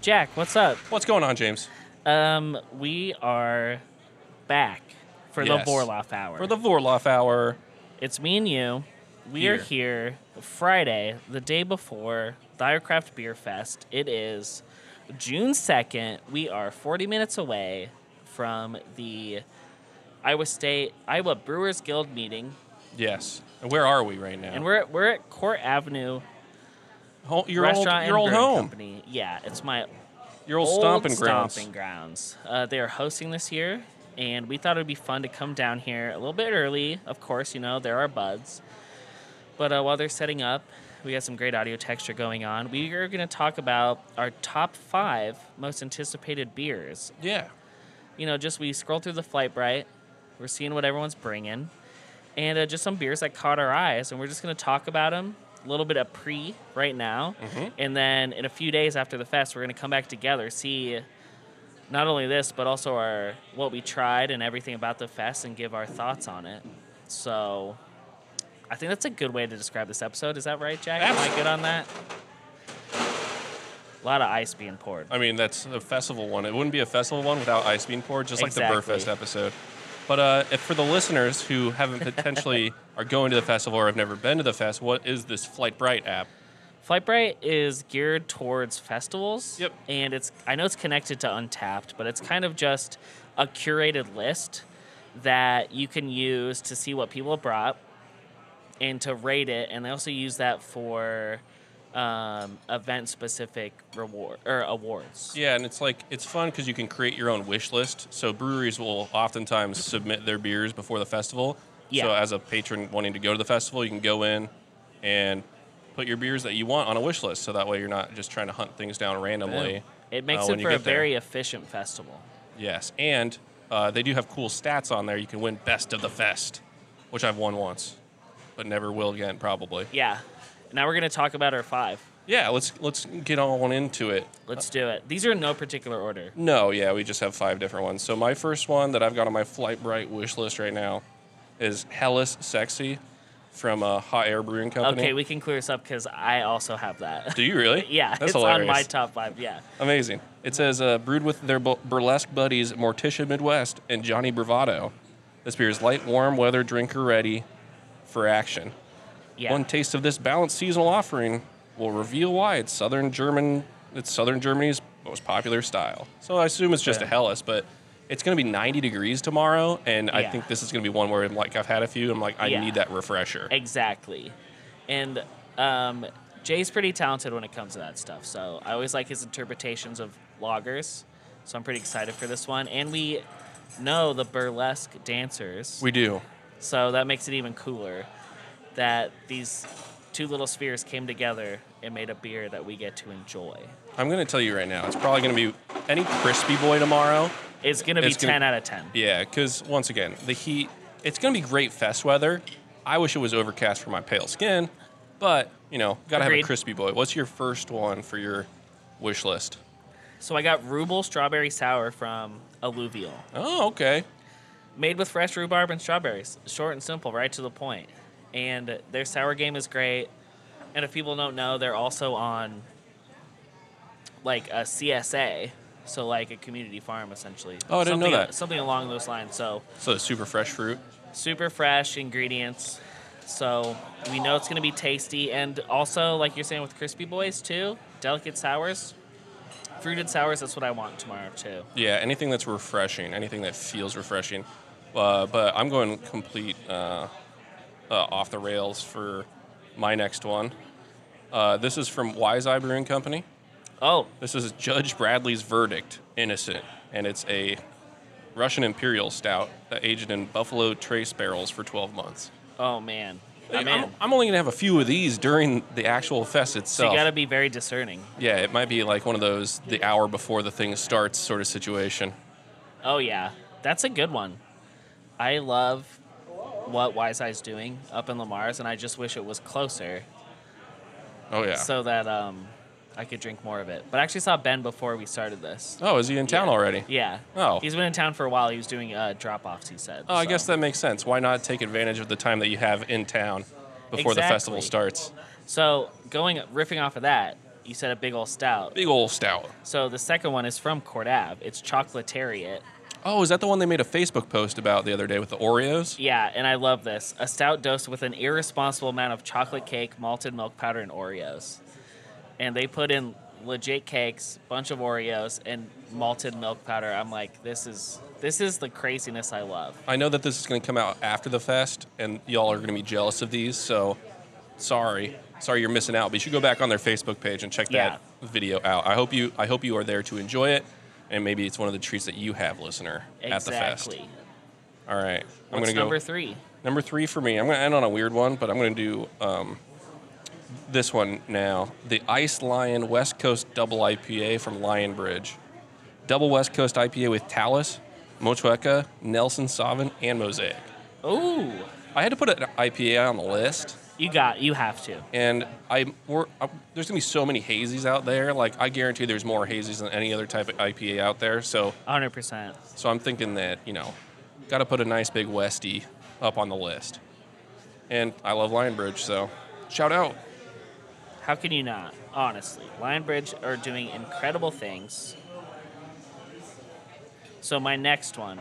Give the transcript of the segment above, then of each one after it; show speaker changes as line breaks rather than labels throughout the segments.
Jack, what's up?
What's going on, James?
Um, we are back for
Yes.
the Borloff Hour.
For the Vorloff Hour.
it's me and you. We are here Friday, the day before Thirecraft Beer Fest. It is June 2nd. We are 40 minutes away from the Iowa State Iowa Brewers Guild meeting,
Yes. And where are we right now?
and we're at, we're at Court Avenue
Ho- your
Restaurant
old,
and
your old
Brewing
home,
Company. Yeah, it's my
your old,
old
stomping grounds.
stomping grounds. Uh, they are hosting this year, and we thought it would be fun to come down here a little bit early. Of course, you know, there are buds. But uh, while they're setting up, we got some great audio texture going on. We are going to talk about our top five most anticipated beers.
Yeah.
You know, just we scroll through the flight bright, we're seeing what everyone's bringing, and uh, just some beers that caught our eyes, and we're just going to talk about them. A little bit of pre right now, and then in a few days after the fest, we're going to come back together, see not only this but also our what we tried and everything about the fest and give our thoughts on it so i think that's a good way to describe this episode is that right jack am i good on that a lot of ice being poured
I mean, that's a festival one. It wouldn't be a festival one without ice being poured, just like the
Exactly.
Burfest episode. But uh, if for the listeners who haven't potentially are going to the festival or have never been to the fest, what is this Flight Bright app?
Flightbright is geared towards festivals.
Yep.
And it's I know it's connected to Untapped, but it's kind of just a curated list that you can use to see what people brought and to rate it. And they also use that for um, event specific reward or awards.
Yeah, and it's like it's fun because you can create your own wish list. So breweries will oftentimes submit their beers before the festival. So
Yeah.
as a patron wanting to go to the festival, you can go in and put your beers that you want on a wish list. So that way you're not just trying to hunt things down randomly.
It makes
uh, when
it
you
for a
get there.
very efficient festival.
yes, and uh, they do have cool stats on there. You can win best of the fest, which I've won once, but never will again probably.
Yeah. Now we're gonna talk about our five.
Yeah, let's let's get on into it.
Let's do it. These are in no particular order.
No, yeah, we just have five different ones. So my first one that I've got on my Flightbright wish list right now is Hellas Sexy from uh, Hot Air Brewing Company.
Okay, we can clear this up because I also have that.
Do you really?
Yeah,
that's
it's
hilarious.
on my top five. Yeah,
Amazing. It says uh, brewed with their bu- burlesque buddies Morticia Midwest and Johnny Bravado. This beer is light, warm weather drinker ready for action.
yeah.
One taste of this balanced seasonal offering will reveal why it's Southern German. It's Southern Germany's most popular style. So I assume it's just a
Yeah.
Hellas, but it's going to be 90 degrees tomorrow, and I
Yeah.
think this is going to be one where I'm like I've had a few. I'm like I
Yeah.
need that refresher.
exactly. And um, Jay's pretty talented when it comes to that stuff. So I always like his interpretations of loggers. So I'm pretty excited for this one. And we know the burlesque dancers.
We do.
so that makes it even cooler that these two little spheres came together and made a beer that we get to enjoy.
I'm going to tell you right now. It's probably going to be any crispy boy tomorrow.
It's going to be
It's gonna-
10 out of 10.
Yeah, because once again, the heat, it's going to be great fest weather. I wish it was overcast for my pale skin, but, you know, got to have a
Agreed.
crispy boy. What's your first one for your wish list?
So I got Rubel Strawberry Sour from Alluvial.
Oh, okay.
made with fresh rhubarb and strawberries. Short and simple, right to the point. And their sour game is great. And if people don't know, they're also on like a CSA, so like a community farm essentially.
Oh, I didn't know
something,
that.
Something along those lines. So
So it's super fresh fruit.
super fresh ingredients. So we know it's going to be tasty. And also, like you're saying with Crispy Boys too, delicate sours, fruited sours, that's what I want tomorrow too.
Yeah, anything that's refreshing, anything that feels refreshing. Uh, but I'm going complete uh, uh, off the rails for my next one. Uh, this is from Wise Eye Brewing Company.
Oh,
This is Judge Bradley's verdict, innocent, and it's a Russian Imperial Stout that aged in Buffalo Trace barrels for 12 months.
oh man.
I'm,
I'm in.
I'm only gonna have a few of these during the actual fest
So
itself.
you got to be very discerning.
yeah, it might be like one of those the hour before the thing starts sort of situation.
Oh yeah, that's a good one. I love what Wise Eye's doing up in Lamar's, and I just wish it was closer
Oh yeah.
so that um, I could drink more of it. But I actually saw Ben before we started this.
Oh, is he in town already?
Yeah.
Oh.
He's been in town for a while. He was doing uh, drop offs, he said.
Oh, I
so.
guess that makes sense. Why not take advantage of the time that you have in town before the festival
Exactly.
starts?
So, going, riffing off of that, you said a big old stout.
Big ol' stout.
So, the second one is from Cordav. It's Chocolatariat.
Oh, is that the one they made a Facebook post about the other day with the Oreos?
Yeah, and I love this. A stout dosed with an irresponsible amount of chocolate cake, malted milk powder, and Oreos. And they put in legit cakes, bunch of Oreos, and malted milk powder. I'm like, this is this is the craziness I love.
I know that this is going to come out after the fest, and y'all are going to be jealous of these. So, sorry, sorry you're missing out. But you should go back on their Facebook page and check that video out. I hope you, I hope you are there to enjoy it, and maybe it's one of the treats that you have, listener, at the fest.
Exactly.
All right, I'm
What's
going to go
number three?
Number three for me, I'm going to end on a weird one, but I'm going to do um, this one now. The Ice Lion West Coast Double IPA from Lion Bridge. Double West Coast IPA with Talus, Mochueca, Nelson Sauvin, and Mosaic.
Ooh,
I had to put an IPA on the list,
you got. You have to.
and I we're, uh, there's going to be so many hazies out there. Like, I guarantee there's more hazies than any other type of IPA out there. So,
100. percent
so I'm thinking that, you know, got to put a nice big Westie up on the list. And I love Lionbridge, so shout out.
How can you not? Honestly, Lionbridge are doing incredible things. So my next one,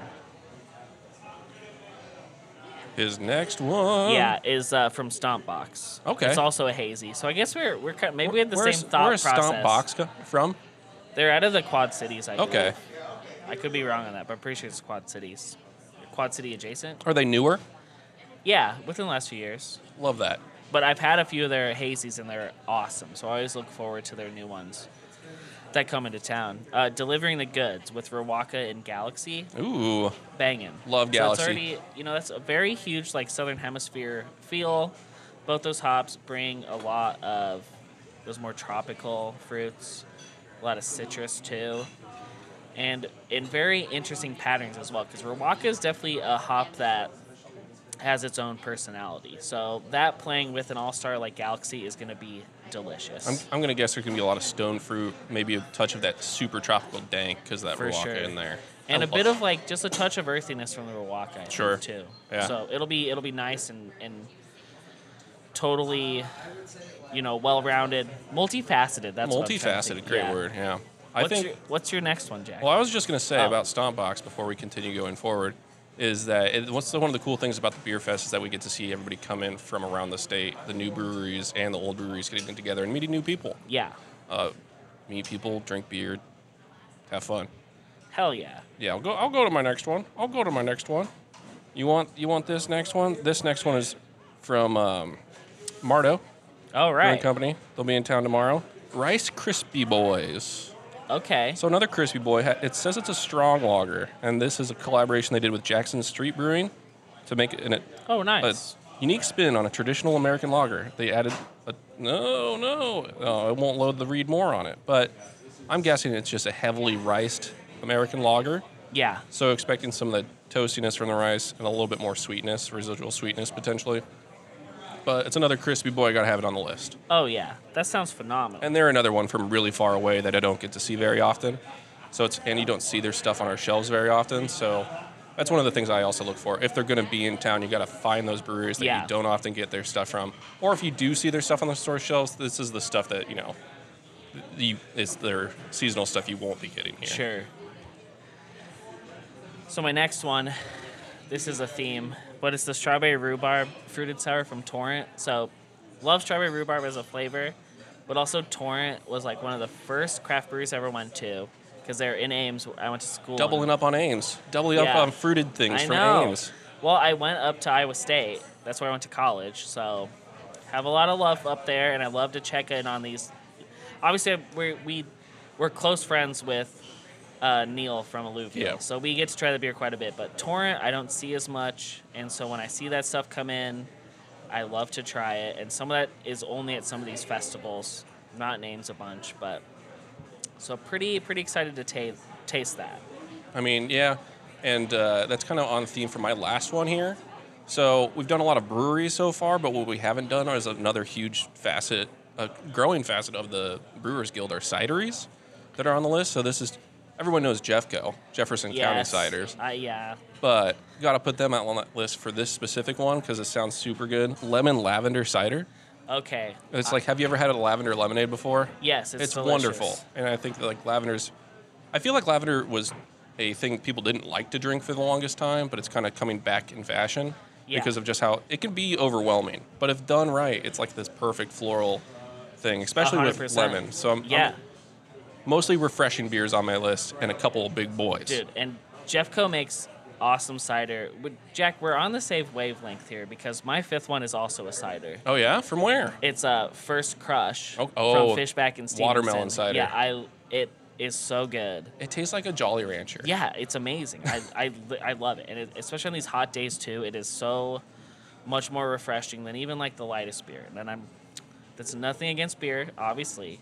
His next one.
yeah, is uh, from Stompbox.
Oh. Okay.
it's also a hazy. So I guess we're we're kind maybe we had the
Where's-
same thought
where's
process.
Stomp Box co- from?
They're out of the Quad Cities. I believe.
Okay.
I could be wrong on that, but I'm pretty sure it's Quad Cities, Quad City adjacent.
Are they newer?
Yeah, within the last few years.
Love that.
But I've had a few of their hazies and they're awesome. So I always look forward to their new ones that come into town. Uh, Delivering the goods with Rawaka and Galaxy,
Ooh.
banging.
Love Galaxy.
So it's already, you know, that's a very huge like Southern Hemisphere feel. Both those hops bring a lot of those more tropical fruits, a lot of citrus too, and in very interesting patterns as well. Because Rawaka is definitely a hop that has its own personality. So that playing with an all star like Galaxy is going to be delicious.
I'm, I'm going to guess there's going to be a lot of stone fruit, maybe a touch of that super tropical dank because that
For
Rawaka
sure.
in there.
and
I
a bit
love-
of like just a touch of earthiness from the Rawaka, I think,
Sure.
too.
Yeah.
So it'll be it'll be nice and and totally, you know, well-rounded, multifaceted. That's what I'm trying to think.
multifaceted. Great
Yeah.
word. Yeah. I
What's
think.
your, what's your next one, Jack?
Well, I was just going to say
Oh.
about Stompbox before we continue going forward is that it, what's the, one of the cool things about the beer fest is that we get to see everybody come in from around the state, the new breweries and the old breweries getting together and meeting new people.
yeah.
Uh, meet people, drink beer, have fun.
Hell yeah.
Yeah, I'll go. I'll go to my next one. I'll go to my next one. You want you want this next one? This next one is from um, Mardo
All
Brewing
right.
Company. They'll be in town tomorrow. Rice Krispie Boys.
Okay.
So another crispy boy. ha- It says it's a strong lager, and this is a collaboration they did with Jackson Street Brewing to make an, a
oh, nice.
unique spin on a traditional American lager. They added a no, no, oh, it won't load the read more on it, but I'm guessing it's just a heavily riced American lager.
yeah.
So expecting some of the toastiness from the rice and a little bit more sweetness, residual sweetness potentially. But it's another crispy boy. I gotta have it on the list.
Oh yeah. That sounds phenomenal.
And they're another one from really far away that I don't get to see very often. So it's and you don't see their stuff on our shelves very often. So that's one of the things I also look for. If they're going to be in town, you got to find those breweries that
Yeah.
you don't often get their stuff from. Or if you do see their stuff on the store shelves, this is the stuff that you know. You, it's their seasonal stuff you won't be getting here.
Sure. So my next one, this is a theme, but it's the strawberry rhubarb fruited sour from Torrent. So, love strawberry rhubarb as a flavor, but also Torrent was like one of the first craft breweries I ever went to because they're in Ames. I went to school.
Doubling up on Ames. Doubling up
Yeah.
on fruited things
I
from
know.
Ames.
Well, I went up to Iowa State. That's where I went to college. So, have a lot of love up there, and I love to check in on these. Obviously, we we we're close friends with uh, Neil from Alluvial,
Yeah.
so we get to try the beer quite a bit. But Torrent, I don't see as much, and so when I see that stuff come in, I love to try it. And some of that is only at some of these festivals. Not names a bunch, but so pretty pretty excited to ta- taste that.
I mean, yeah, and uh, that's kind of on theme for my last one here. So we've done a lot of breweries so far, but what we haven't done is another huge facet a growing facet of the Brewers Guild are cideries that are on the list. So this is everyone knows Jeffco, Jefferson
Yes.
County Ciders,
Uh, yeah.
but you got to put them out on that list for this specific one because it sounds super good. Lemon lavender cider.
Okay.
It's like, have you ever had a lavender lemonade before?
Yes, it's,
it's
delicious.
wonderful, and I think that, like lavender's. I feel like lavender was a thing people didn't like to drink for the longest time, but it's kind of coming back in fashion
Yeah.
because of just how it can be overwhelming. But if done right, it's like this perfect floral thing, especially with
100%.
lemon. So I'm, I'm
Yeah,
mostly refreshing beers on my list, and a couple of big boys.
dude. And Jeffco makes awesome cider. Would- Jack, we're on the same wavelength here because my fifth one is also a cider.
Oh yeah, from where?
It's a first crush
Oh- oh,
from Fishback and Stevenson.
watermelon cider.
Yeah, I it is so good.
It tastes like a Jolly Rancher.
Yeah, it's amazing. I, I, li- I love it. And it, especially on these hot days, too, it is so much more refreshing than even like the lightest beer. And I'm, that's nothing against beer, obviously.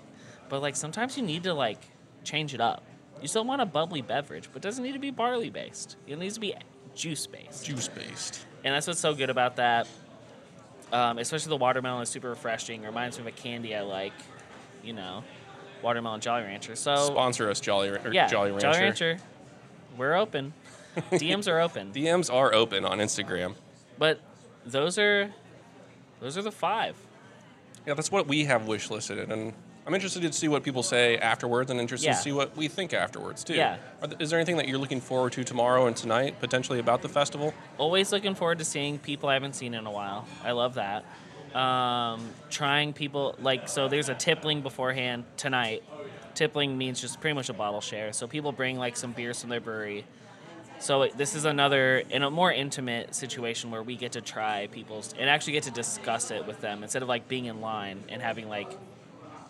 But like sometimes you need to like change it up. You still want a bubbly beverage, but it doesn't need to be barley based. It needs to be juice based.
juice based.
And that's what's so good about that. Um, especially the watermelon is super refreshing. Reminds me of a candy I like, you know, watermelon Jolly Rancher. So
Sponsor us, Jolly, Ra- or
Oh. yeah,
Jolly Rancher.
We're open. DMs are open.
DMs are open on Instagram.
But those are those are the five.
Yeah, that's what we have wish listed, and I'm interested to see what people say afterwards, and interested
Yeah.
to see what we think afterwards too.
Yeah.
Are th- is there anything that you're looking forward to tomorrow and tonight potentially about the festival?
Always looking forward to seeing people I haven't seen in a while. I love that. Um, trying people like so. There's a tippling beforehand tonight. Tippling means just pretty much a bottle share. So people bring like some beers from their brewery. So it- this is another in a more intimate situation where we get to try people's and actually get to discuss it with them instead of like being in line and having like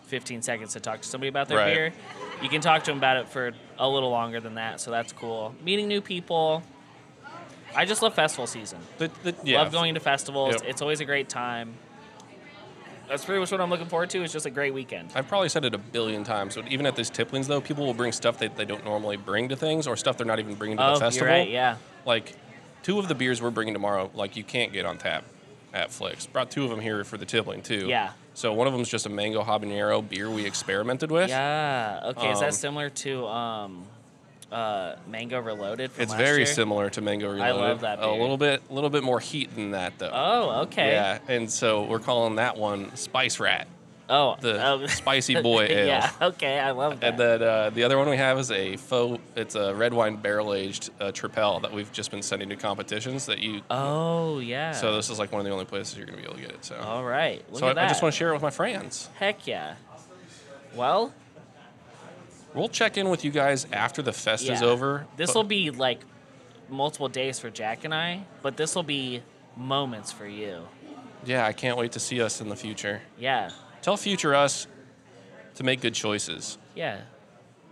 15 seconds to talk to somebody about their
Right.
beer. You can talk to them about it for a little longer than that, so that's cool. Meeting new people. I just love festival season.
The, the, yeah.
Love going to festivals.
Yep.
It's always a great time. That's pretty much what I'm looking forward to. It's just a great weekend.
I've probably said it a billion times, but even at these tiplings though, people will bring stuff that they don't normally bring to things, or stuff they're not even bringing to
oh,
the festival.
you're right. Yeah.
Like, two of the beers we're bringing tomorrow, like you can't get on tap at Flicks. Brought two of them here for the tippling too.
Yeah.
So one of them's just a mango habanero beer we experimented with.
Yeah. Okay. is
Um,
that similar to um, uh, Mango Reloaded? From
It's
last
very
year?
similar to Mango Reloaded.
love that
A
beer.
little bit, a little bit more heat than that though.
Oh, okay.
Yeah, and so we're calling that one Spice Rat,
Oh,
the
um,
spicy boy ale.
yeah. Okay. I love that.
And then uh, the other one we have is a faux. It's a red wine barrel aged uh, Tripel that we've just been sending to competitions. That you.
oh, yeah.
so this is like one of the only places you're gonna be able to get it. So.
All right. Look
so I,
at that.
I just want to share it with my friends.
Heck yeah. Well,
We'll check in with you guys after the fest is
yeah.
over.
This
but-
will be like multiple days for Jack and I, but this will be moments for you.
Yeah, I can't wait to see us in the future.
Yeah.
Tell future us to make good choices.
Yeah.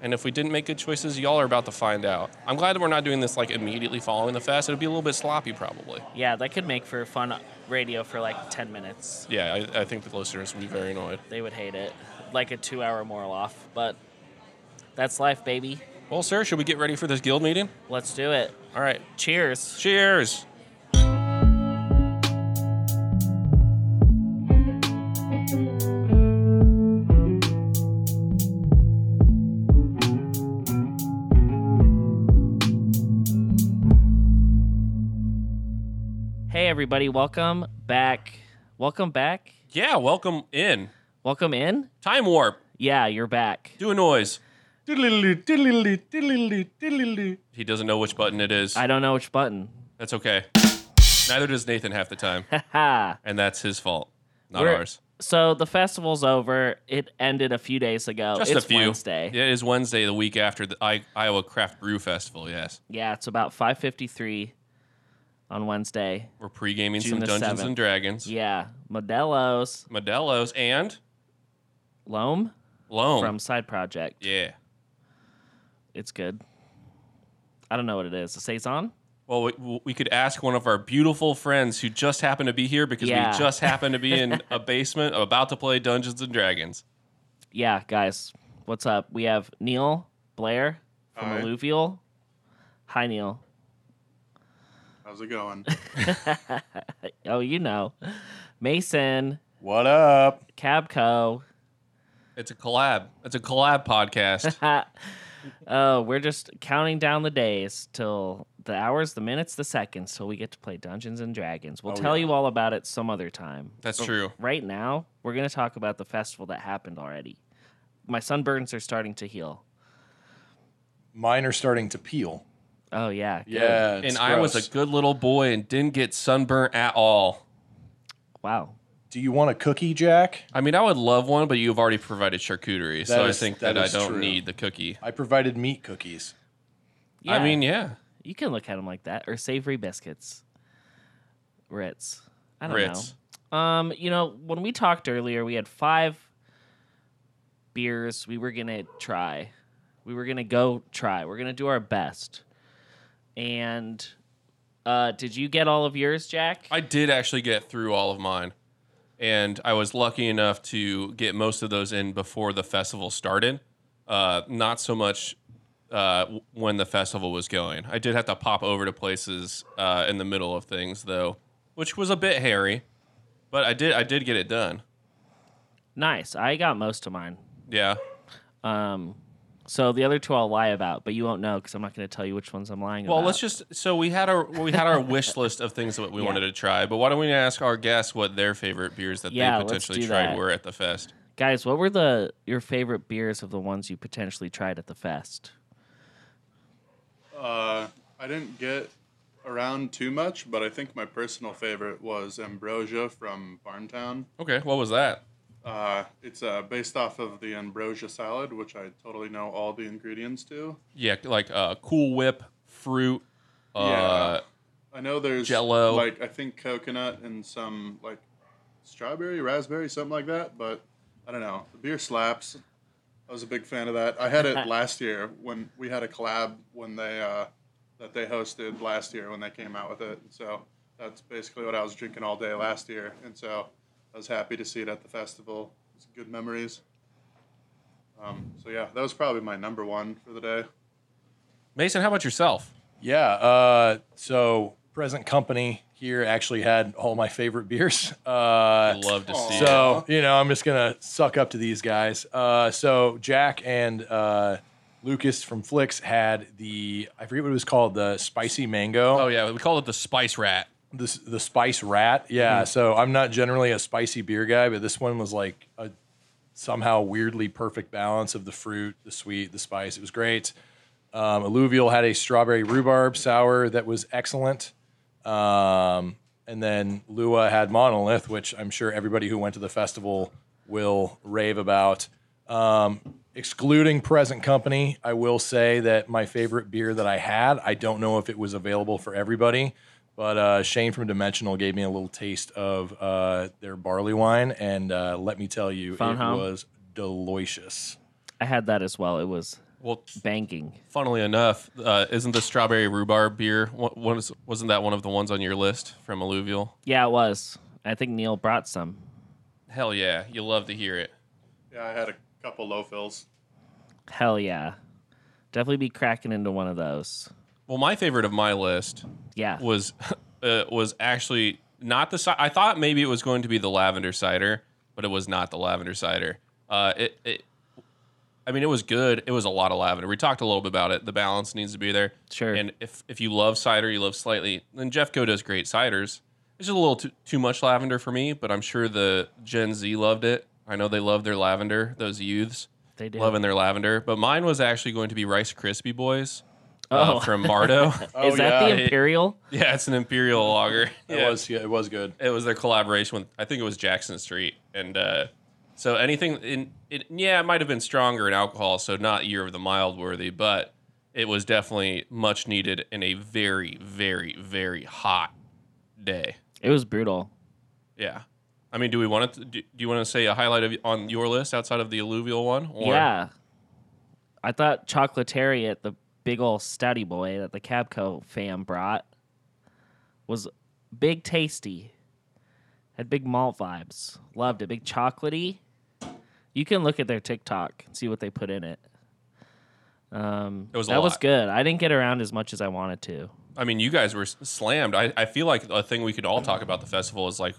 And if we didn't make good choices, y'all are about to find out. I'm glad that we're not doing this like immediately following the fest. It'd be a little bit sloppy, probably.
Yeah. That could make for fun radio for like 10 minutes.
Yeah, I, I think the listeners would be very annoyed.
They would hate it. Like a two hour moral off, but that's life, baby.
Well, sir, should we get ready for this guild meeting?
Let's do it.
All right,
Cheers.
cheers.
Hey, everybody. Welcome back. Welcome back.
Yeah, welcome in.
Welcome in.
Time warp.
Yeah, you're back.
Do a noise. He doesn't know which button it is.
I don't know which button.
That's okay. Neither does Nathan half the time,
Haha.
and that's his fault, not
We're-
ours.
So the festival's over. It ended a few days ago.
Just
it's
a few.
Wednesday.
It is Wednesday, the week after the I- Iowa Craft Brew Festival. Yes,
Yeah, it's about 5:53 on Wednesday.
we're pre-gaming
June
some
the
Dungeons
7th.
and Dragons.
Yeah, Modelo's
Modelo's and
Loam
Loam.
from Side Project.
yeah.
It's good. I don't know what it is. A saison?
Well, we, we could ask one of our beautiful friends who just happened to be here because
Yeah.
we just happened to be in a basement about to play Dungeons and Dragons.
Yeah, guys, what's up? We have Neil Blair from
Hi.
Alluvial. Hi, Neil.
How's it going?
Oh, you know, Mason
What up?
Cabco.
It's a collab. It's a collab podcast.
Ha. Oh, we're just counting down the days till the hours, the minutes, the seconds, till we get to play Dungeons and Dragons. We'll
Oh,
tell
yeah.
you all about it some other time.
That's true.
Right now, we're going to talk about the festival that happened already. My sunburns are starting to heal.
Mine are starting to peel.
Oh, yeah. good.
Yeah.
and I was a good little boy and didn't get sunburnt at all.
Wow.
Do you want a cookie, Jack?
I mean, I would love one, but you've already provided charcuterie, so I
is-
think
that
that, I
is
don't
true.
need the cookie.
I provided meat cookies.
Yeah,
I mean, yeah,
you can look at them like that. Or savory biscuits. Ritz. I don't know.
Ritz.
Um, you know, when we talked earlier, we had five beers we were gonna try. We were gonna go try. We're gonna do our best. And uh, did you get all of yours, Jack?
I did actually get through all of mine, and I was lucky enough to get most of those in before the festival started. Uh, not so much uh, w- when the festival was going. I did have to pop over to places uh, in the middle of things, though, which was a bit hairy, but I did I did get it done.
nice. I got most of mine.
Yeah,
Um, so the other two I'll lie about, but you won't know because I'm not gonna tell you which ones I'm lying about.
Well, let's just so we had our we had our wish list of things that we wanted to try, but why don't we ask our guests what their favorite beers that
Yeah,
they
let's
potentially
do
tried
that.
were at the fest?
guys. What were the your favorite beers of the ones you potentially tried at the fest?
Uh, I didn't get around too much, but I think my personal favorite was Ambrosia from Barntown.
Okay, what was that?
Uh, it's uh, based off of the Ambrosia salad, which I totally know all the ingredients to.
Yeah, like uh, Cool Whip, fruit, uh,
I know there's
Jell-O.
like I think coconut and some like strawberry, raspberry, something like that. But I don't know. The beer slaps. I was a big fan of that. I had it last year when we had a collab when they uh, that they hosted last year when they came out with it. So that's basically what I was drinking all day last year, and so I was happy to see it at the festival. It's good memories. Um, so yeah, that was probably my number one for the day.
Mason, how about yourself?
Yeah. Uh, so, present company here actually had all my favorite beers. Uh,
I love to see. it.
So you know, I'm just gonna suck up to these guys. Uh, so Jack and uh, Lucas from Flicks had the I forget what it was called, the spicy mango,
Oh yeah, we called it the Spice Rat.
the s- the spice rat. Yeah. So I'm not generally a spicy beer guy, but this one was like a somehow weirdly perfect balance of the fruit, the sweet, the spice. It was great. Um, Alluvial had a strawberry rhubarb sour that was excellent. Um, and then Lua had Monolith, which I'm sure everybody who went to the festival will rave about. Um, excluding present company, I will say that my favorite beer that I had, I don't know if it was available for everybody, but uh, Shane from Dimensional gave me a little taste of uh, their barley wine. And uh, let me tell you,
Phone
it
home?
was delicious.
I had that as well. It was
Well,
banging.
funnily enough, uh, isn't the strawberry rhubarb beer one, one is- wasn't that one of the ones on your list from Alluvial?
Yeah, it was. I think Neil brought some.
Hell yeah, you love to hear it.
Yeah, I had a couple low fills.
Hell yeah. Definitely be cracking into one of those.
Well, my favorite of my list
Yeah.
was uh, was actually not the ci- I thought maybe it was going to be the lavender cider, but it was not the lavender cider. Uh, it, it I mean it was good. It was a lot of lavender. We talked a little bit about it. The balance needs to be there.
Sure.
And if if you love cider, you love slightly. Then Jeffco does great ciders. It's just a little too, too much lavender for me, but I'm sure the Gen Z loved it. I know they love their lavender. Those youths
They do.
loving their lavender. But mine was actually going to be Rice Krispie Boys uh,
Oh.
from Mardo.
Is that
Oh, yeah.
the Imperial?
Yeah, it's an imperial lager.
It
Yeah.
was yeah, it was good.
It was their collaboration with I think it was Jackson Street, and uh, so anything in it, yeah, it might have been stronger in alcohol, so not year of the mild worthy, but it was definitely much needed in a very, very, very hot day.
It was brutal.
Yeah, I mean, do we want to do, do you want to say a highlight of on your list outside of the alluvial one? Or,
Yeah. I thought Chocolatariat, the big old stouty boy that the Cabco fam brought, was big tasty. Had big malt vibes. Loved it. Big chocolatey. You can look at their TikTok and see what they put in it. Um,
It was a
that was
lot.
good. I didn't get around as much as I wanted to.
I mean, you guys were s- slammed. I, I feel like a thing we could all talk about the festival is like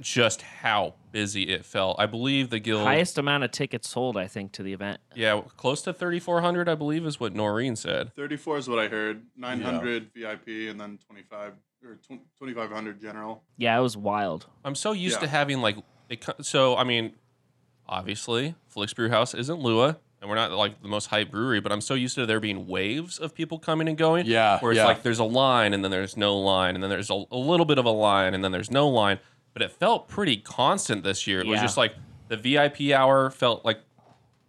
just how busy it felt. I believe the guild
Highest amount of tickets sold, I think, to the event.
Yeah, close to 3,400, I believe, is what Noreen said.
34 is what I heard. 900 VIP and then 25 or 20, 2500 general.
Yeah, it was wild.
I'm so used
Yeah.
to having like it. co- So I mean, obviously, Flicks Brew House isn't Lua, and we're not like the most hype brewery, but I'm so used to there being waves of people coming and going.
Yeah,
where it's
yeah.
like there's a line, and then there's no line, and then there's a, a little bit of a line, and then there's no line. But it felt pretty constant this year. It was
Yeah.
just like the VIP hour felt like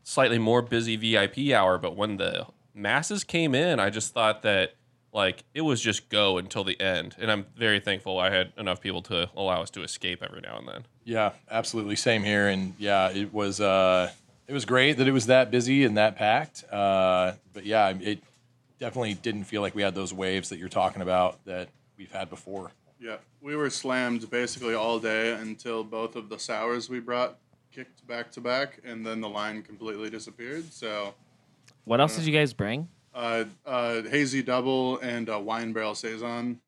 slightly more busy VIP hour, but when the masses came in, I just thought that like it was just go until the end. And I'm very thankful I had enough people to allow us to escape every now and then.
Yeah, absolutely. Same here. And yeah, it was uh, it was great that it was that busy and that packed. Uh, but yeah, it definitely didn't feel like we had those waves that you're talking about that we've had before.
Yeah, we were slammed basically all day until both of the sours we brought kicked back to back, and then the line completely disappeared. So,
What else did you guys bring?
uh, uh, hazy double and a wine barrel saison,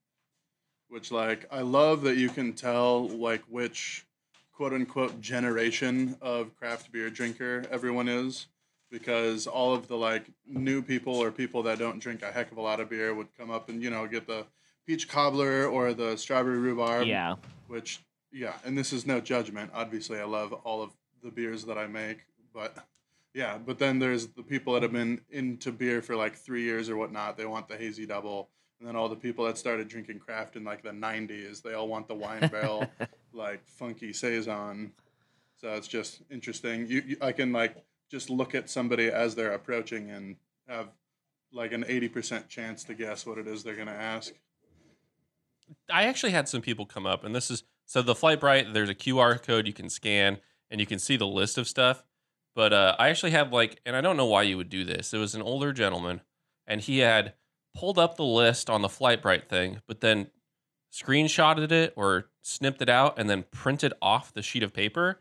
which like I love that you can tell like which quote unquote generation of craft beer drinker everyone is. Because all of the like new people or people that don't drink a heck of a lot of beer would come up and you know get the peach cobbler or the strawberry rhubarb
yeah.
which yeah and this is no judgment obviously i love all of the beers that i make but yeah but then there's the people that have been into beer for like three years or whatnot they want the hazy double and then all the people that started drinking craft in like the 90s they all want the wine barrel like funky saison so it's just interesting you, you i can like just look at somebody as they're approaching and have like an 80% chance to guess what it is they're going to ask
I actually had some people come up, and this is so the Flightbright. There's a QR code you can scan, and you can see the list of stuff. But uh, I actually had like, and I don't know why you would do this. It was an older gentleman, and he had pulled up the list on the Flightbright thing, but then screenshotted it or snipped it out, and then printed off the sheet of paper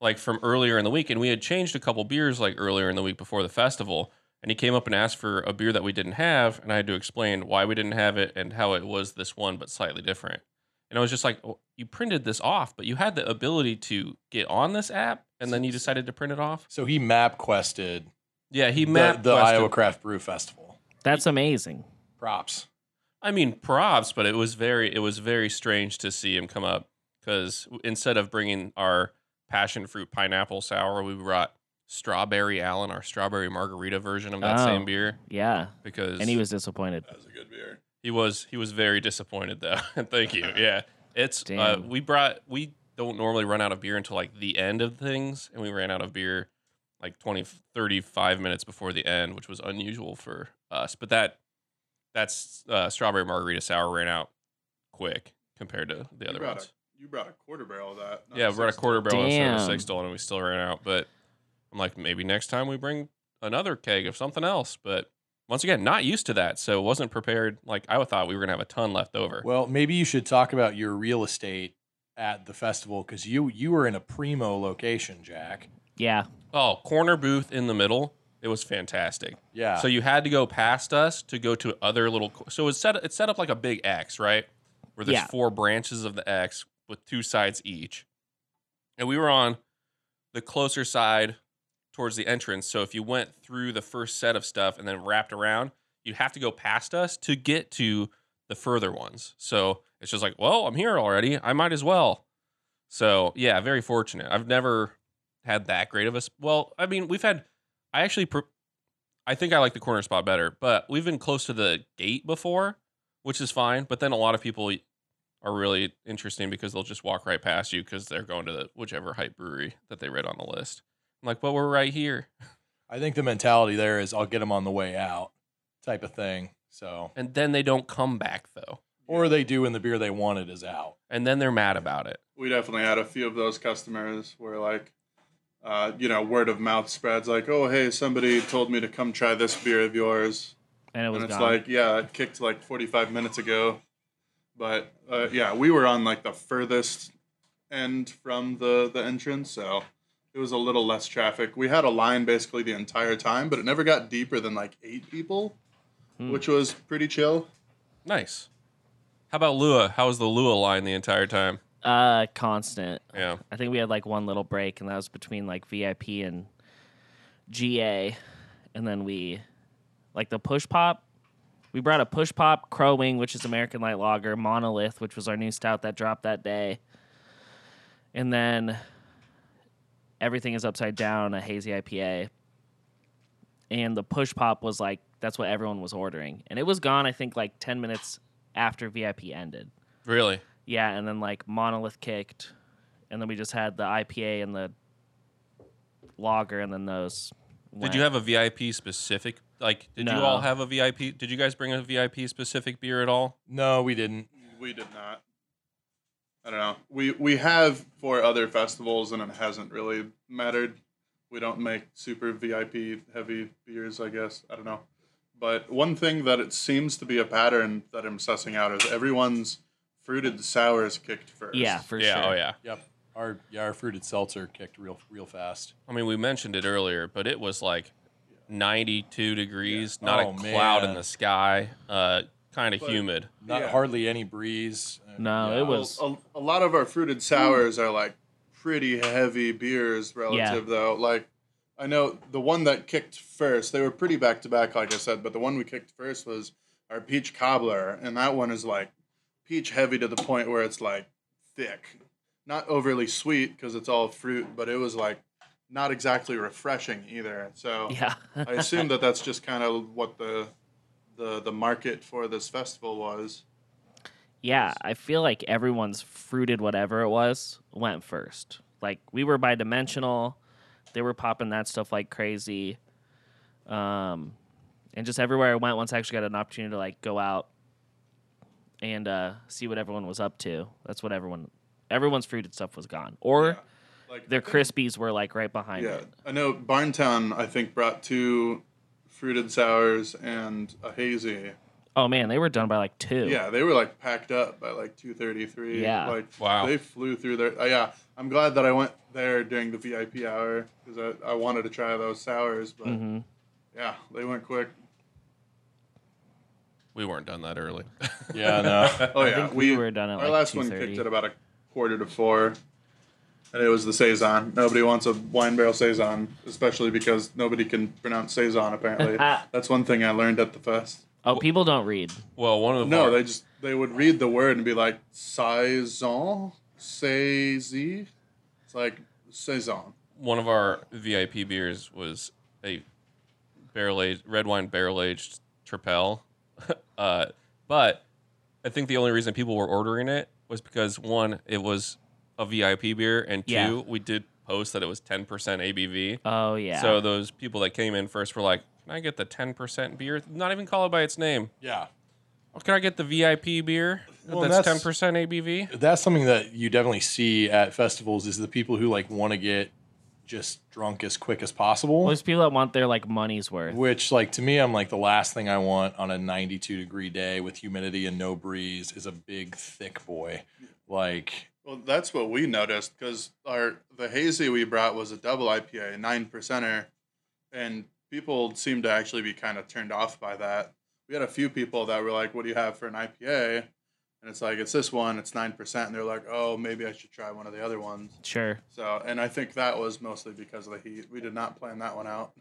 like from earlier in the week. And we had changed a couple beers like earlier in the week before the festival. And he came up and asked for a beer that we didn't have. And I had to explain why we didn't have it and how it was this one, but slightly different. And I was just like, "Oh, you printed this off, but you had the ability to get on this app and then you decided to print it off.
So he map quested
Yeah, he
the,
mapped
the
quested-
Iowa Craft Brew Festival.
That's amazing.
Props.
I mean, props, but it was very it was very strange to see him come up because instead of bringing our passion fruit pineapple sour, we brought strawberry Allen, our strawberry margarita version of that
Oh.
same beer
Yeah.
because
And he was disappointed.
that's a good beer
he was he was very disappointed though. Thank you. Yeah, it's uh,
Damn.
we brought we don't normally run out of beer until like the end of things, and we ran out of beer like 20 35 minutes before the end, which was unusual for us. But that that's uh, strawberry margarita sour ran out quick compared to the
you
other
brought,
ones.
a, you brought a quarter barrel of that. not
yeah, we brought a
six.
quarter barrel instead of a
Damn.
six dollar, and we still ran out. But I'm like, maybe next time we bring another keg of something else. But once again, not used to that, so wasn't prepared. Like I thought we were gonna have a ton left over.
Well, maybe you should talk about your real estate at the festival because you you were in a primo location, Jack.
Yeah.
Oh, corner booth in the middle. It was fantastic.
Yeah.
So you had to go past us to go to other little. co- So it's set. It's set up like a big X, right? Where there's
Yeah.
four branches of the X with two sides each, and we were on the closer side towards the entrance. So if you went through the first set of stuff and then wrapped around, you'd have to go past us to get to the further ones. So it's just like, well, I'm here already. I might as well. So yeah, very fortunate. I've never had that great of a. s- Well, I mean, we've had. I actually, pr- I think I like the corner spot better, but we've been close to the gate before, which is fine. But then a lot of people are really interesting because they'll just walk right past you because they're going to the whichever hype brewery that they read on the list. I'm like, but we're right here,
I think the mentality there is I'll get them on the way out type of thing. So
and then they don't come back though,
or they do when the beer they wanted is out.
and then they're mad about it.
We definitely had a few of those customers where, like, uh, you know, word of mouth spreads like, oh, hey, somebody told me to come try this beer of yours.
And it was
And it's
gone.
like, yeah, it kicked like 45 minutes ago. But uh, yeah, we were on like the furthest end from the, the entrance. So it was a little less traffic. We had a line basically the entire time, but it never got deeper than like eight people, which was pretty chill.
Nice. How about Lua? How was the Lua line the entire time?
Uh, constant.
Yeah.
I think we had like one little break, and that was between like VIP and GA, and then we like the push pop. We brought a push pop, Crow Wing, which is American Light Lager, Monolith, which was our new stout that dropped that day, and then everything is upside down, a hazy IPA. And the push pop was like that's what everyone was ordering, and it was gone. I think like ten minutes after VIP ended.
Really?
Yeah, and then like Monolith kicked, and then we just had the IPA and the lager, and then those.
Did you have a VIP specific? Like, did you
No.
all have a VIP? Did you guys bring a VIP specific beer at all?
No, we didn't.
We did not. I don't know. We we have for other festivals, and it hasn't really mattered. We don't make super VIP heavy beers, I guess. I don't know. But one thing that it seems to be a pattern that I'm sussing out is everyone's fruited sours kicked first.
Yeah, for
yeah.
sure.
Oh yeah.
Yep. Our yeah, our fruited seltzer kicked real real fast.
I mean, we mentioned it earlier, but it was like 92 degrees, not
Oh,
a cloud
man.
in the sky, uh, kind of
But-
humid.
Not
Yeah.
hardly any breeze. Uh,
No,
yeah.
it was.
a, a lot of our fruited sours are like pretty heavy beers relative though like i know the one that kicked first they were pretty back to back like i said but the one we kicked first was our peach cobbler and that one is like peach heavy to the point where it's like thick not overly sweet because it's all fruit but it was like not exactly refreshing either so
Yeah.
i assume that that's just kind of what the the the market for this festival was
yeah, I feel like everyone's fruited whatever it was went first. Like we were bidimensional, they were popping that stuff like crazy, um, and just everywhere I went. Once I actually got an opportunity to like go out and uh, see what everyone was up to. That's what everyone, everyone's fruited stuff was gone, or
like
their
I think-
crispies were like right behind
Yeah,
it.
I know Barntown. I think brought two fruited sours and a hazy.
Oh man, they were done by like two.
Yeah, they were like packed up by like two thirty three.
Yeah.
like
Wow.
they flew through there. Uh, yeah, I'm glad that I went there during the VIP hour because I, I wanted to try those sours, but
hmm
yeah, they went quick.
We weren't done that early.
Yeah, no.
Oh
I
yeah,
think we were done at,
Our
like,
last one
2:30.
kicked at about a quarter to four. And it was the saison. Nobody wants a wine barrel saison, especially because nobody can pronounce saison. Apparently, that's one thing I learned at the fest.
Oh, people don't read.
well, one of the
No,
bar-
they just they would read the word and be like saison, saisi. It's like saison.
one of our VIP beers was a barrel aged red wine barrel aged Tripel, uh, but I think the only reason people were ordering it was because one, it was a VIP beer, and two,
Yeah.
we did post that it was ten percent ABV.
Oh yeah.
So those people that came in first were like, "Can I get the ten percent beer? Not even call it by its name.
yeah.
Oh, can I get the VIP beer?
Well,
that's ten
that's-
percent ABV."
That's something that you definitely see at festivals is the people who like want to get just drunk as quick as possible.
Well, there's people that want their like money's worth.
Which, like, to me, I'm like the last thing I want on a 92 degree day with humidity and no breeze is a big, thick boy. Like,
Well, that's what we noticed because our the hazy we brought was a double IPA, nine percenter, and people seemed to actually be kind of turned off by that. We had a few people that were like, "What do you have for an IPA?" And it's like, "It's this one. It's nine percent." And they're like, "Oh, maybe I should try one of the other ones."
Sure.
So, and I think that was mostly because of the heat. We did not plan that one out.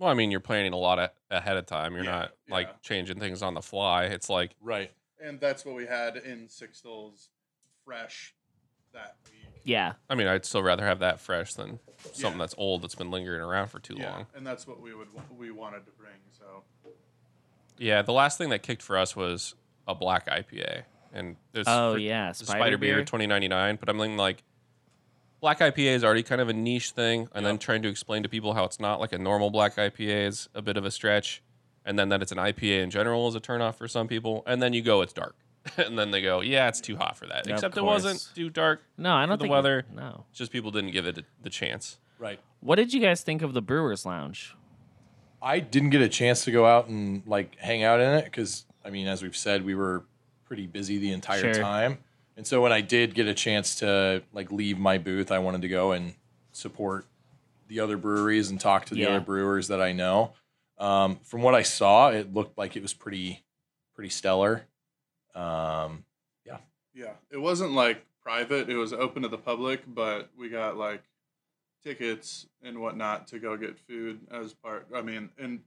Well, I mean, you're planning a lot a ahead of time. You're
Yeah,
not like
yeah.
changing things on the fly. It's like
right.
and that's what we had in Sixtel's fresh that week.
Yeah.
I mean, I'd still rather have that fresh than something
Yeah.
that's old that's been lingering around for too long.
and that's what we would we wanted to bring. So
Yeah, the last thing that kicked for us was a black IPA, and there's
Oh
fr-
yeah.
the
Spider,
Spider, Beer 2099. But I'm thinking like black IPA is already kind of a niche thing, and then trying to explain to people how it's not like a normal black IPA is a bit of a stretch, and then that it's an IPA in general is a turnoff for some people, and then you go it's dark, and then they go yeah it's too hot for that.
Of
Except it
course.
wasn't too dark.
No, I don't
the
think
weather.
No.
Just people didn't give it the chance.
Right.
What did you guys think of the Brewers Lounge?
I didn't get a chance to go out and like hang out in it because I mean, as we've said, we were pretty busy the entire
Sure.
time. And so when I did get a chance to like leave my booth, I wanted to go and support the other breweries and talk to the
Yeah.
other brewers that I know. Um, from what I saw, it looked like it was pretty pretty stellar. Um,
yeah, it wasn't like private. It was open to the public, but we got like tickets and whatnot to go get food as part. I mean, and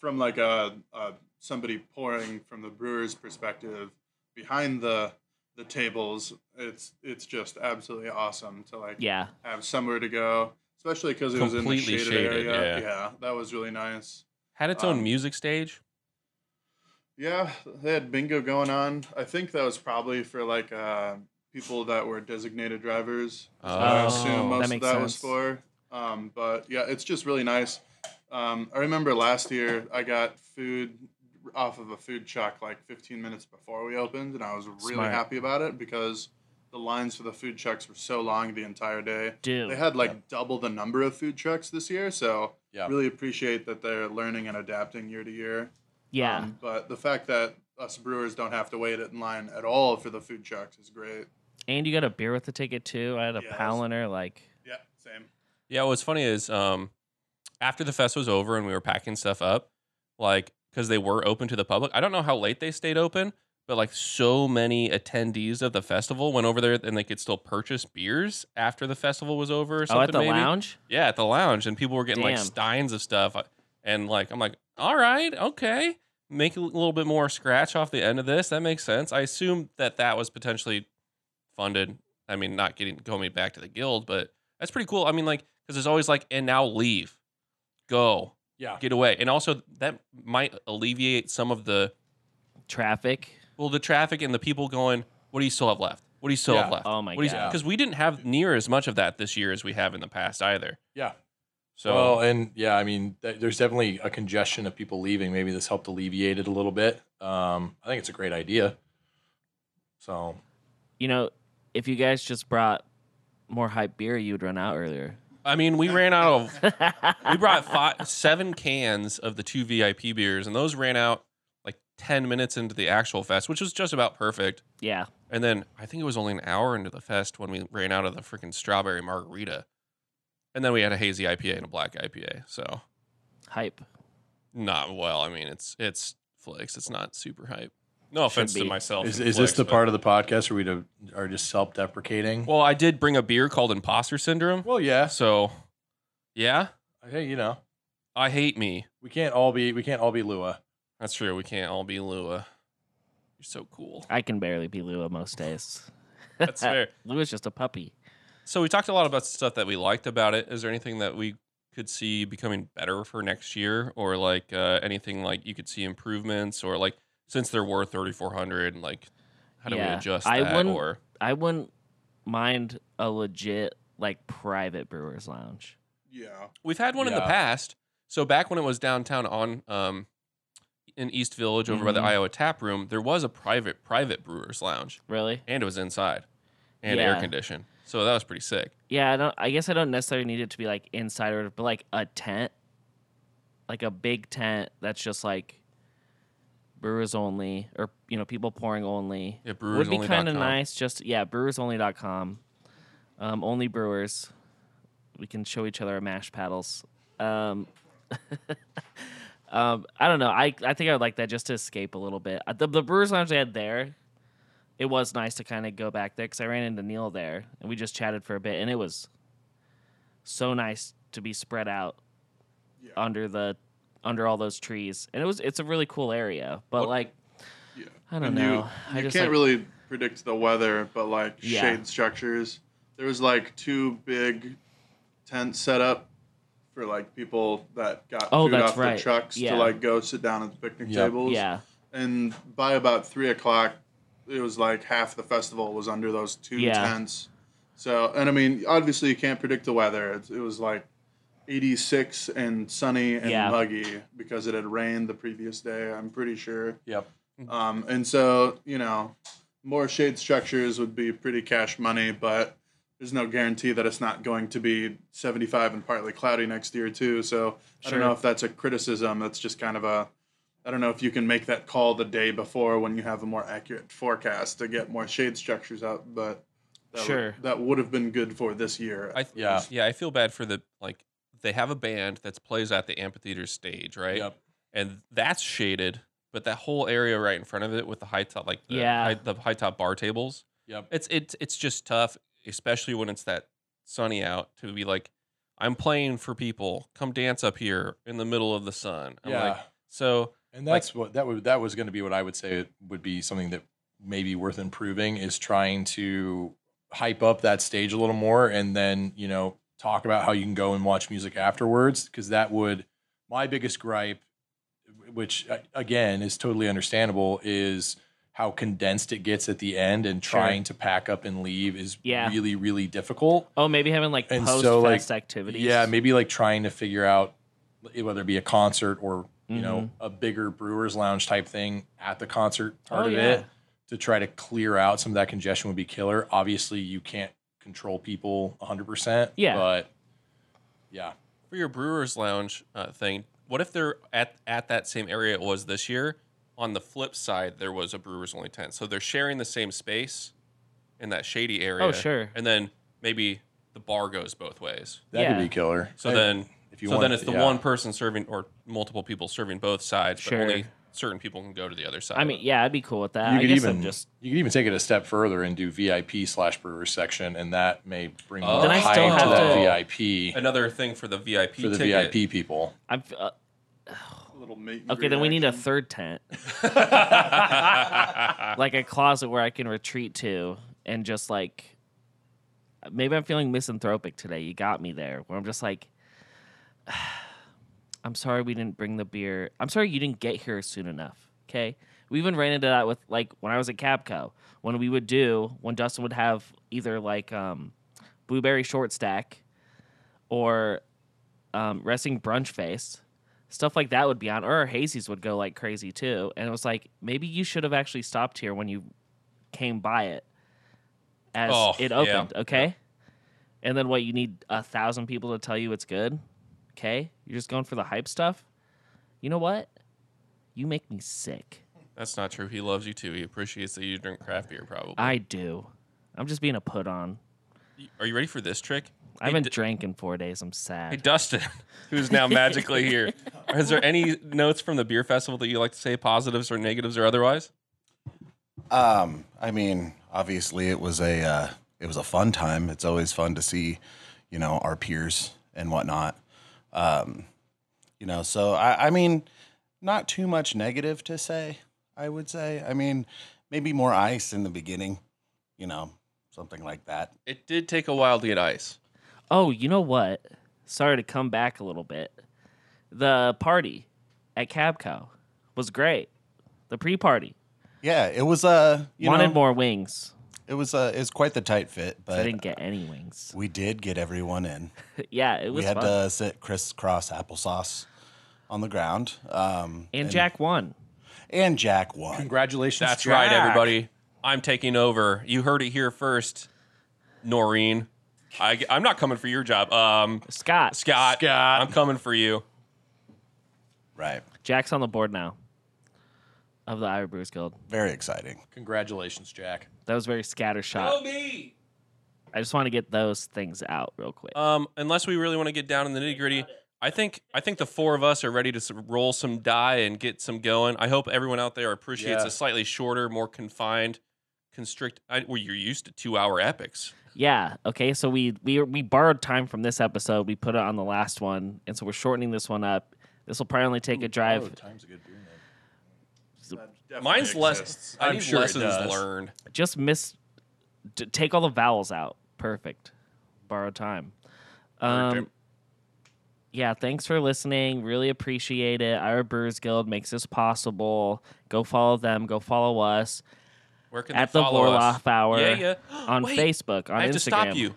from like a, a somebody pouring from the brewer's perspective behind the the tables, it's it's just absolutely awesome to like
Yeah.
have somewhere to go, especially because it was in the
Completely
shaded,
shaded,
area.
yeah.
that was really nice.
Had its
Um,
own music stage.
Yeah, they had bingo going on. I think that was probably for like uh, people that were designated drivers. That's what I
Oh,
assume most
that
of
makes
that was
sense.
for. Um, but yeah, it's just really nice. Um, I remember last year I got food off of a food truck like 15 minutes before we opened, and I was really
Smart.
happy about it because the lines for the food trucks were so long the entire day.
Dude.
They had like double the number of food trucks this year, so
Yeah.
really appreciate that they're learning and adapting year to year.
yeah.
Um, but the fact that us brewers don't have to wait in line at all for the food trucks is great.
and you got a beer with the ticket too. I had a
Yeah,
Palanir like
Yeah, same.
Yeah, what's funny is um, after the fest was over and we were packing stuff up, like because they were open to the public. I don't know how late they stayed open, but like so many attendees of the festival went over there and they could still purchase beers after the festival was over. Or
oh
something,
at the
maybe.
lounge.
Yeah, at the lounge, and people were getting like
Damn.
steins of stuff, uh, and like I'm like, all right, okay, make a little bit more scratch off the end of this. That makes sense. I assume that that was potentially funded. I mean, not getting going back to the guild, but that's pretty cool. I mean, like because there's always like, and now leave, go,
Yeah.
get away, and also that might alleviate some of the
Traffic.
well the traffic and the people going. What do you still have left? What do you still
Yeah.
have left?
Oh my
What do you-
God.
Because we didn't have near as much of that this year as we have in the past either.
Yeah.
So
well, and yeah, I mean, th- there's definitely a congestion of people leaving. Maybe this helped alleviate it a little bit. Um, I think it's a great idea. So
You know, if you guys just brought more hype beer, you'd run out earlier.
I mean, we ran out of. we brought five, seven cans of the two VIP beers, and those ran out like ten minutes into the actual fest, which was just about perfect.
Yeah.
And then I think it was only an hour into the fest when we ran out of the freaking strawberry margarita, and then we had a hazy IPA and a black IPA. So
Hype.
not well. I mean, it's it's flicks. It's not super hype. No offense to
be.
myself.
is,
and
is this
Flicks,
the
but-
part of the podcast where we do, are just self deprecating?
Well, I did bring a beer called Imposter Syndrome.
Well, yeah.
So, yeah,
Hey, you know,
I hate me.
we can't all be we can't all be Lua.
That's true. We can't all be Lua. You're so cool.
I can barely be Lua most days.
That's fair.
Lua's just a puppy.
So we talked a lot about stuff that we liked about it. Is there anything that we could see becoming better for next year, or like uh, anything like you could see improvements, or like since there were 3,400, like how do we
Yeah,
adjust
I
that?
wouldn't-
Or
I wouldn't mind a legit like private brewer's lounge.
Yeah.
we've had one in the
Yeah.
past. So back when it was downtown on um, in East Village over by the
Mhm.
Iowa Tap Room, there was a private private brewers lounge,
Really?
and it was inside and air
Yeah.
conditioned. So that was pretty sick.
Yeah, I don't I guess I don't necessarily need it to be like inside or but like a tent. Like a big tent that's just like brewers only or you know, people pouring only.
Yeah,
would be kind of
brewersonly.com.
nice. Just yeah, brewersonly.com. Um, only brewers. We can show each other our mash paddles. Um, um, I don't know. I, I think I would like that just to escape a little bit. Uh, The, the brewers lounge they had there, it was nice to kind of go back there because I ran into Neil there and we just chatted for a bit and it was so nice to be spread out
Yeah.
under the under all those trees and it was it's a really cool area but
What-
like
Yeah.
I don't
And
know.
You,
I
you
just,
can't
like-
really predict the weather, but like
Yeah.
shade structures. There was like two big tents set up for like people that got
Oh,
food
that's
off
right.
the trucks
Yeah.
to like go sit down at the picnic
Yeah.
tables.
yeah
And by about three o'clock, it was like half the festival was under those two
Yeah.
tents. So, and I mean, obviously you can't predict the weather. It, it was like 86 and sunny and
Yeah.
muggy because it had rained the previous day, I'm pretty sure.
Yep.
Um, and so, you know, more shade structures would be pretty cash money, but there's no guarantee that it's not going to be 75 and partly cloudy next year, too. So I
Sure.
don't know if that's a criticism. That's just kind of a, I don't know if you can make that call the day before when you have a more accurate forecast to get more shade structures up, but that would-
Sure.
that would have been good for this year.
I th-
Yeah.
yeah, I feel bad for the like they have a band that plays at the amphitheater stage, right?
Yep.
And that's shaded, but that whole area right in front of it with the high top, like the
Yeah.
high, the high top bar tables,
Yep.
It's it's it's just tough, especially when it's that sunny out to be like, I'm playing for people. Come dance up here in the middle of the sun. I'm
yeah.
like, so
and
like-
that's what that would that was going to be what I would say would be something that maybe worth improving is trying to hype up that stage a little more and then, you know, talk about how you can go and watch music afterwards because that would my biggest gripe which uh, again is totally understandable is how condensed it gets at the end and trying to pack up and leave is
Yeah.
really really difficult.
Oh, maybe having like
And
post
so, like,
fest activities.
Yeah, maybe like trying to figure out eh, whether it be a concert or you know
Mm-hmm.
a bigger Brewers Lounge type thing at the concert part
Oh,
of
yeah.
it to try to clear out some of that congestion would be killer. Obviously, you can't control people 100. percent
Yeah.
but yeah,
for your Brewers Lounge uh, thing, what if they're at at that same area it was this year? On the flip side, there was a Brewers only tent, so they're sharing the same space in that shady area.
sure.
And then maybe the bar goes both ways.
that could
Yeah.
be killer.
So
I-
then,
if you
so
want
then
it
it's
to-
the
yeah.
one person serving or multiple people serving both sides,
Sure.
but only certain people can go to the other side.
I mean, yeah, I'd be cool with that. Uh,
you
I
could
guess
even
I'm just.
you could even take it a step further and do VIP slash Brewers section, and that may bring
Oh.
more
Then I
hype
still
to
have
that
to-
VIP
another thing for the VIP
for the
ticket.
VIP people.
I'm. f- Uh,
A little meet. and
okay,
greet
then we need a
action.
third tent, like a closet where I can retreat to and just like. Maybe I'm feeling misanthropic today. You got me there. Where I'm just like. I'm sorry we didn't bring the beer. I'm sorry you didn't get here soon enough. Okay. We even ran into that with like when I was at Cabco, when we would do when Dustin would have either like um blueberry short stack or um resting brunch face. Stuff like that would be on or our hazies would go like crazy too. And it was like maybe you should have actually stopped here when you came by it as
Oh,
it
yeah,
opened,
yeah.
okay? And then what you need a thousand people to tell you it's good? Okay? You're just going for the hype stuff? You know what? You make me sick.
That's not true. He loves you too. He appreciates that you drink craft beer. Probably.
I do. I'm just being a put on.
Are you ready for this trick?
I haven't drank in four days. I'm sad.
Hey, Dustin, who's now magically here. Is there any notes from the beer festival that you like to say, positives or negatives or otherwise?
Um, I mean, obviously, it was a uh, it was a fun time. It's always fun to see, you know, our peers and whatnot. Um, you know, so I, I mean, not too much negative to say. I would say. I mean, maybe more ice in the beginning. You know, something like that.
It did take a while to get ice.
Oh, you know what? Sorry to come back a little bit. The party at Cabco was great. The pre-party
Yeah, it was a you
wanted
know,
more wings.
It was a it's quite the tight fit,
I
but
didn't get any wings.
we did get everyone in.
yeah, it
We
was
had
fun.
to sit crisscross applesauce on the ground. Um,
and Jack won.
and Jack won.
Congratulations,
That's
Jack.
right, everybody. I'm taking over. You heard it here first, Noreen. I, am not coming for your job. Um,
Scott.
Scott,
Scott.
I'm coming for you.
Right.
Jack's on the board now of the Iowa Brewers Guild.
Very exciting.
Congratulations, Jack.
That was very
Oh.
scattershot.
me.
I just want to get those things out real quick.
Um, unless we really want to get down in the nitty gritty, I think I think the four of us are ready to s- roll some die and get some going. I hope everyone out there appreciates
Yeah.
a slightly shorter, more confined, constrict. I, well, you're used to two hour epics.
Yeah. Okay. So we we we borrowed time from this episode. We put it on the last one, and so we're shortening this one up. This will probably only take a drive.
time's a good beer night.
That definitely
Mine's less.
exists.
I
I'm
need
sure it
lessons
does.
learned.
Just miss. D- take all the vowels out. Perfect. Borrowed time. Um, yeah, thanks for listening. Really appreciate it. Iowa Brewers Guild makes this possible. Go follow them. Go follow us
Where can
at
they
the
follow us?
Vorloff Hour
Yeah, yeah.
on
Wait,
Facebook, on
I have
Instagram.
to stop you.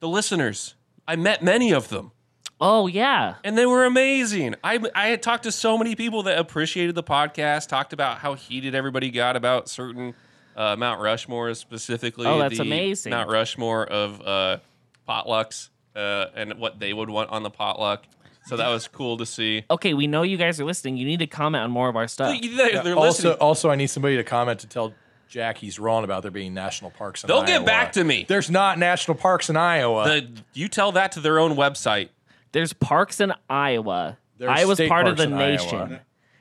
The listeners. I met many of them.
Oh yeah.
and they were amazing. I I had talked to so many people that appreciated the podcast, talked about how heated everybody got about certain uh, Mount Rushmore specifically.
Oh, that's
the
amazing.
Mount Rushmore of uh, potlucks uh, and what they would want on the potluck. So that was cool to see.
Okay, we know you guys are listening. You need to comment on more of our stuff.
They- They're, they're
Also,
listening.
also, I need somebody to comment to tell Jack he's wrong about there being national parks. In
They'll get
Iowa.
back to me.
There's not national parks in Iowa.
The- you tell that to their own website.
There's parks in Iowa.
There's
Iowa's
state
part of
parks
the
in
nation.
Iowa.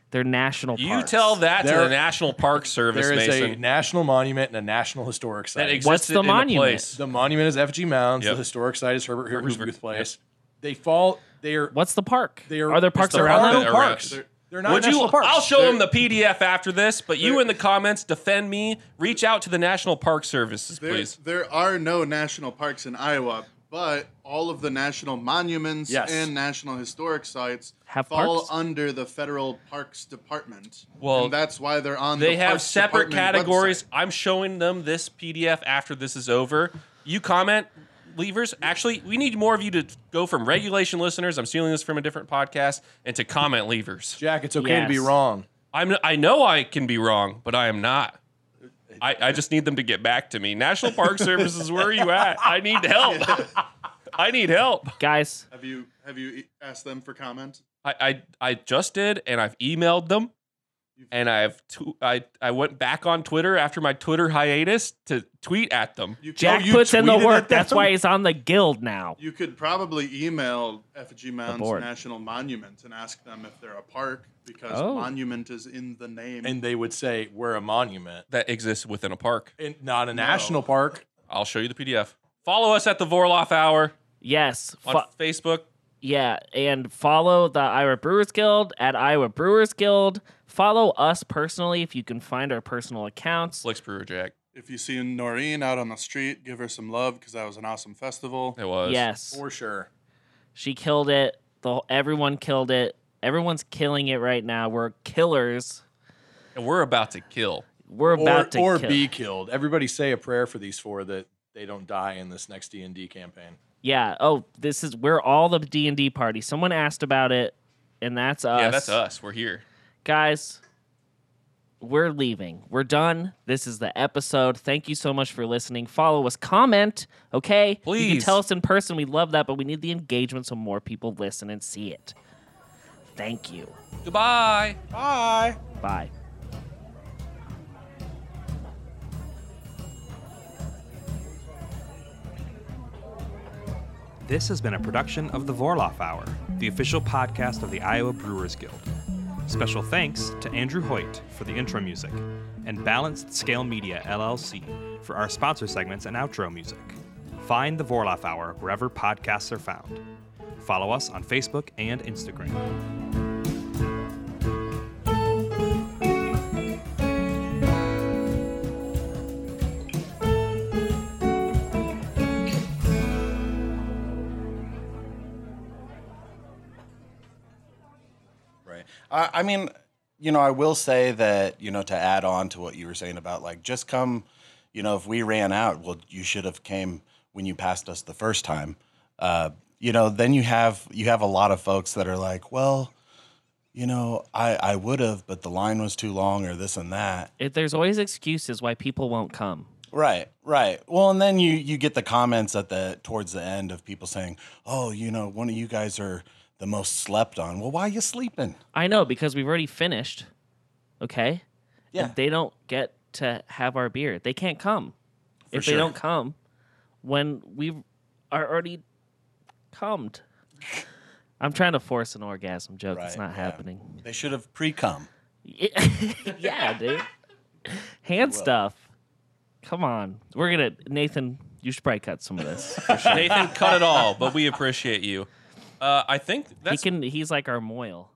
They're national
You
parks.
tell that to
There-
the National Park Service,
There is a
Mason.
national monument and a national historic site.
that existed
What's the
in
monument?
A place.
The monument is FG Mounds.
Yep.
The historic site is Herbert Hoover's
Hoover,
Booth Place. They fall. They are.
What's the park?
They are.
are there parks
there
around
are
that?
no
that are-
parks.
They're-
They're, not
Would
national
you?
parks.
I'll show them the PDF after this. But you in the comments defend me. Reach out to the National Park Services,
There,
please.
there are no national parks in Iowa, but all of the national monuments
Yes.
and national historic sites
Have
fall
parks?
under the federal parks department.
Well,
and that's why they're on.
They
the
have
Parks
separate
Department
categories.
website.
I'm showing them this PDF after this is over. You comment, leavers. Actually, we need more of you to go from regulation listeners. I'm stealing this from a different podcast and to comment leavers.
Jack, it's okay to be
Yes.
wrong.
I'm. I know I can be wrong, but I am not. I, I just need them to get back to me. National Park Services, where are you at? I need help. I need help.
Guys,
Have you have you e- asked them for comment?
I, I I just did, and I've emailed them, and I've tw- I I went back on Twitter after my Twitter hiatus to tweet at them.
You,
Jack
oh, you
puts in the
tweeted at
work. That's
them?
why he's on the guild now.
You could probably email FG Mounds
board.
National Monument and ask them if they're a park because
Oh.
monument is in the name.
And they would say we're a monument
That exists within a park.
and not a national park.
I'll show you the PDF. Follow us at the Vorloff Hour
Yes.
on
Fu-
Facebook.
Yeah, and follow the Iowa Brewers Guild at Iowa Brewers Guild. Follow us personally if you can find our personal accounts.
Slicks Brewer Jack.
if you see Noreen out on the street, give her some love because that was an awesome festival.
It was.
Yes,
For sure.
she killed it. The whole- everyone killed it. Everyone's killing it right now. We're killers.
And we're about to kill.
We're
Or,
about to
or
kill.
be killed. Everybody say a prayer for these four that they don't die in this next D and D campaign.
Yeah. Oh, this is we're all the D and D party. Someone asked about it, and that's us.
Yeah, that's us. We're here.
guys we're leaving we're done this is the episode thank you so much for listening follow us comment okay you can
Please.
tell us in person we love that but we need the engagement so more people listen and see it thank you
Goodbye.
bye
This has been a production of the Vorloff Hour, the official podcast of the Iowa Brewers Guild. Special thanks to Andrew Hoyt for the intro music and Balanced Scale Media LLC for our sponsor segments and outro music. Find the Vorloff Hour wherever podcasts are found. Follow us on Facebook and Instagram.
Right. I, I mean, you know, I will say that, you know, to add on to what you were saying about like just come, you know, if we ran out, well, you should have came when you passed us the first time. Uh, you know, then you have you have a lot of folks that are like, well, you know, I I would have, but the line was too long or this and that.
if there's always excuses why people won't come
Right, right. Well, and then you you get the comments at the towards the end of people saying, "Oh, you know, one of you guys are the most slept on." Well, why are you sleeping?
i know because we've already finished okay
Yeah.
and they don't get to have our beer they can't come if
sure.
they don't come when we are already cummed i'm trying to force an orgasm joke it's
Right,
not
yeah.
happening
They should have pre-come.
yeah dude hand stuff come on we're gonna nathan you should probably cut some of this
Nathan, cut it all, but we appreciate you. Uh, I think
he
that's
can he's like our moil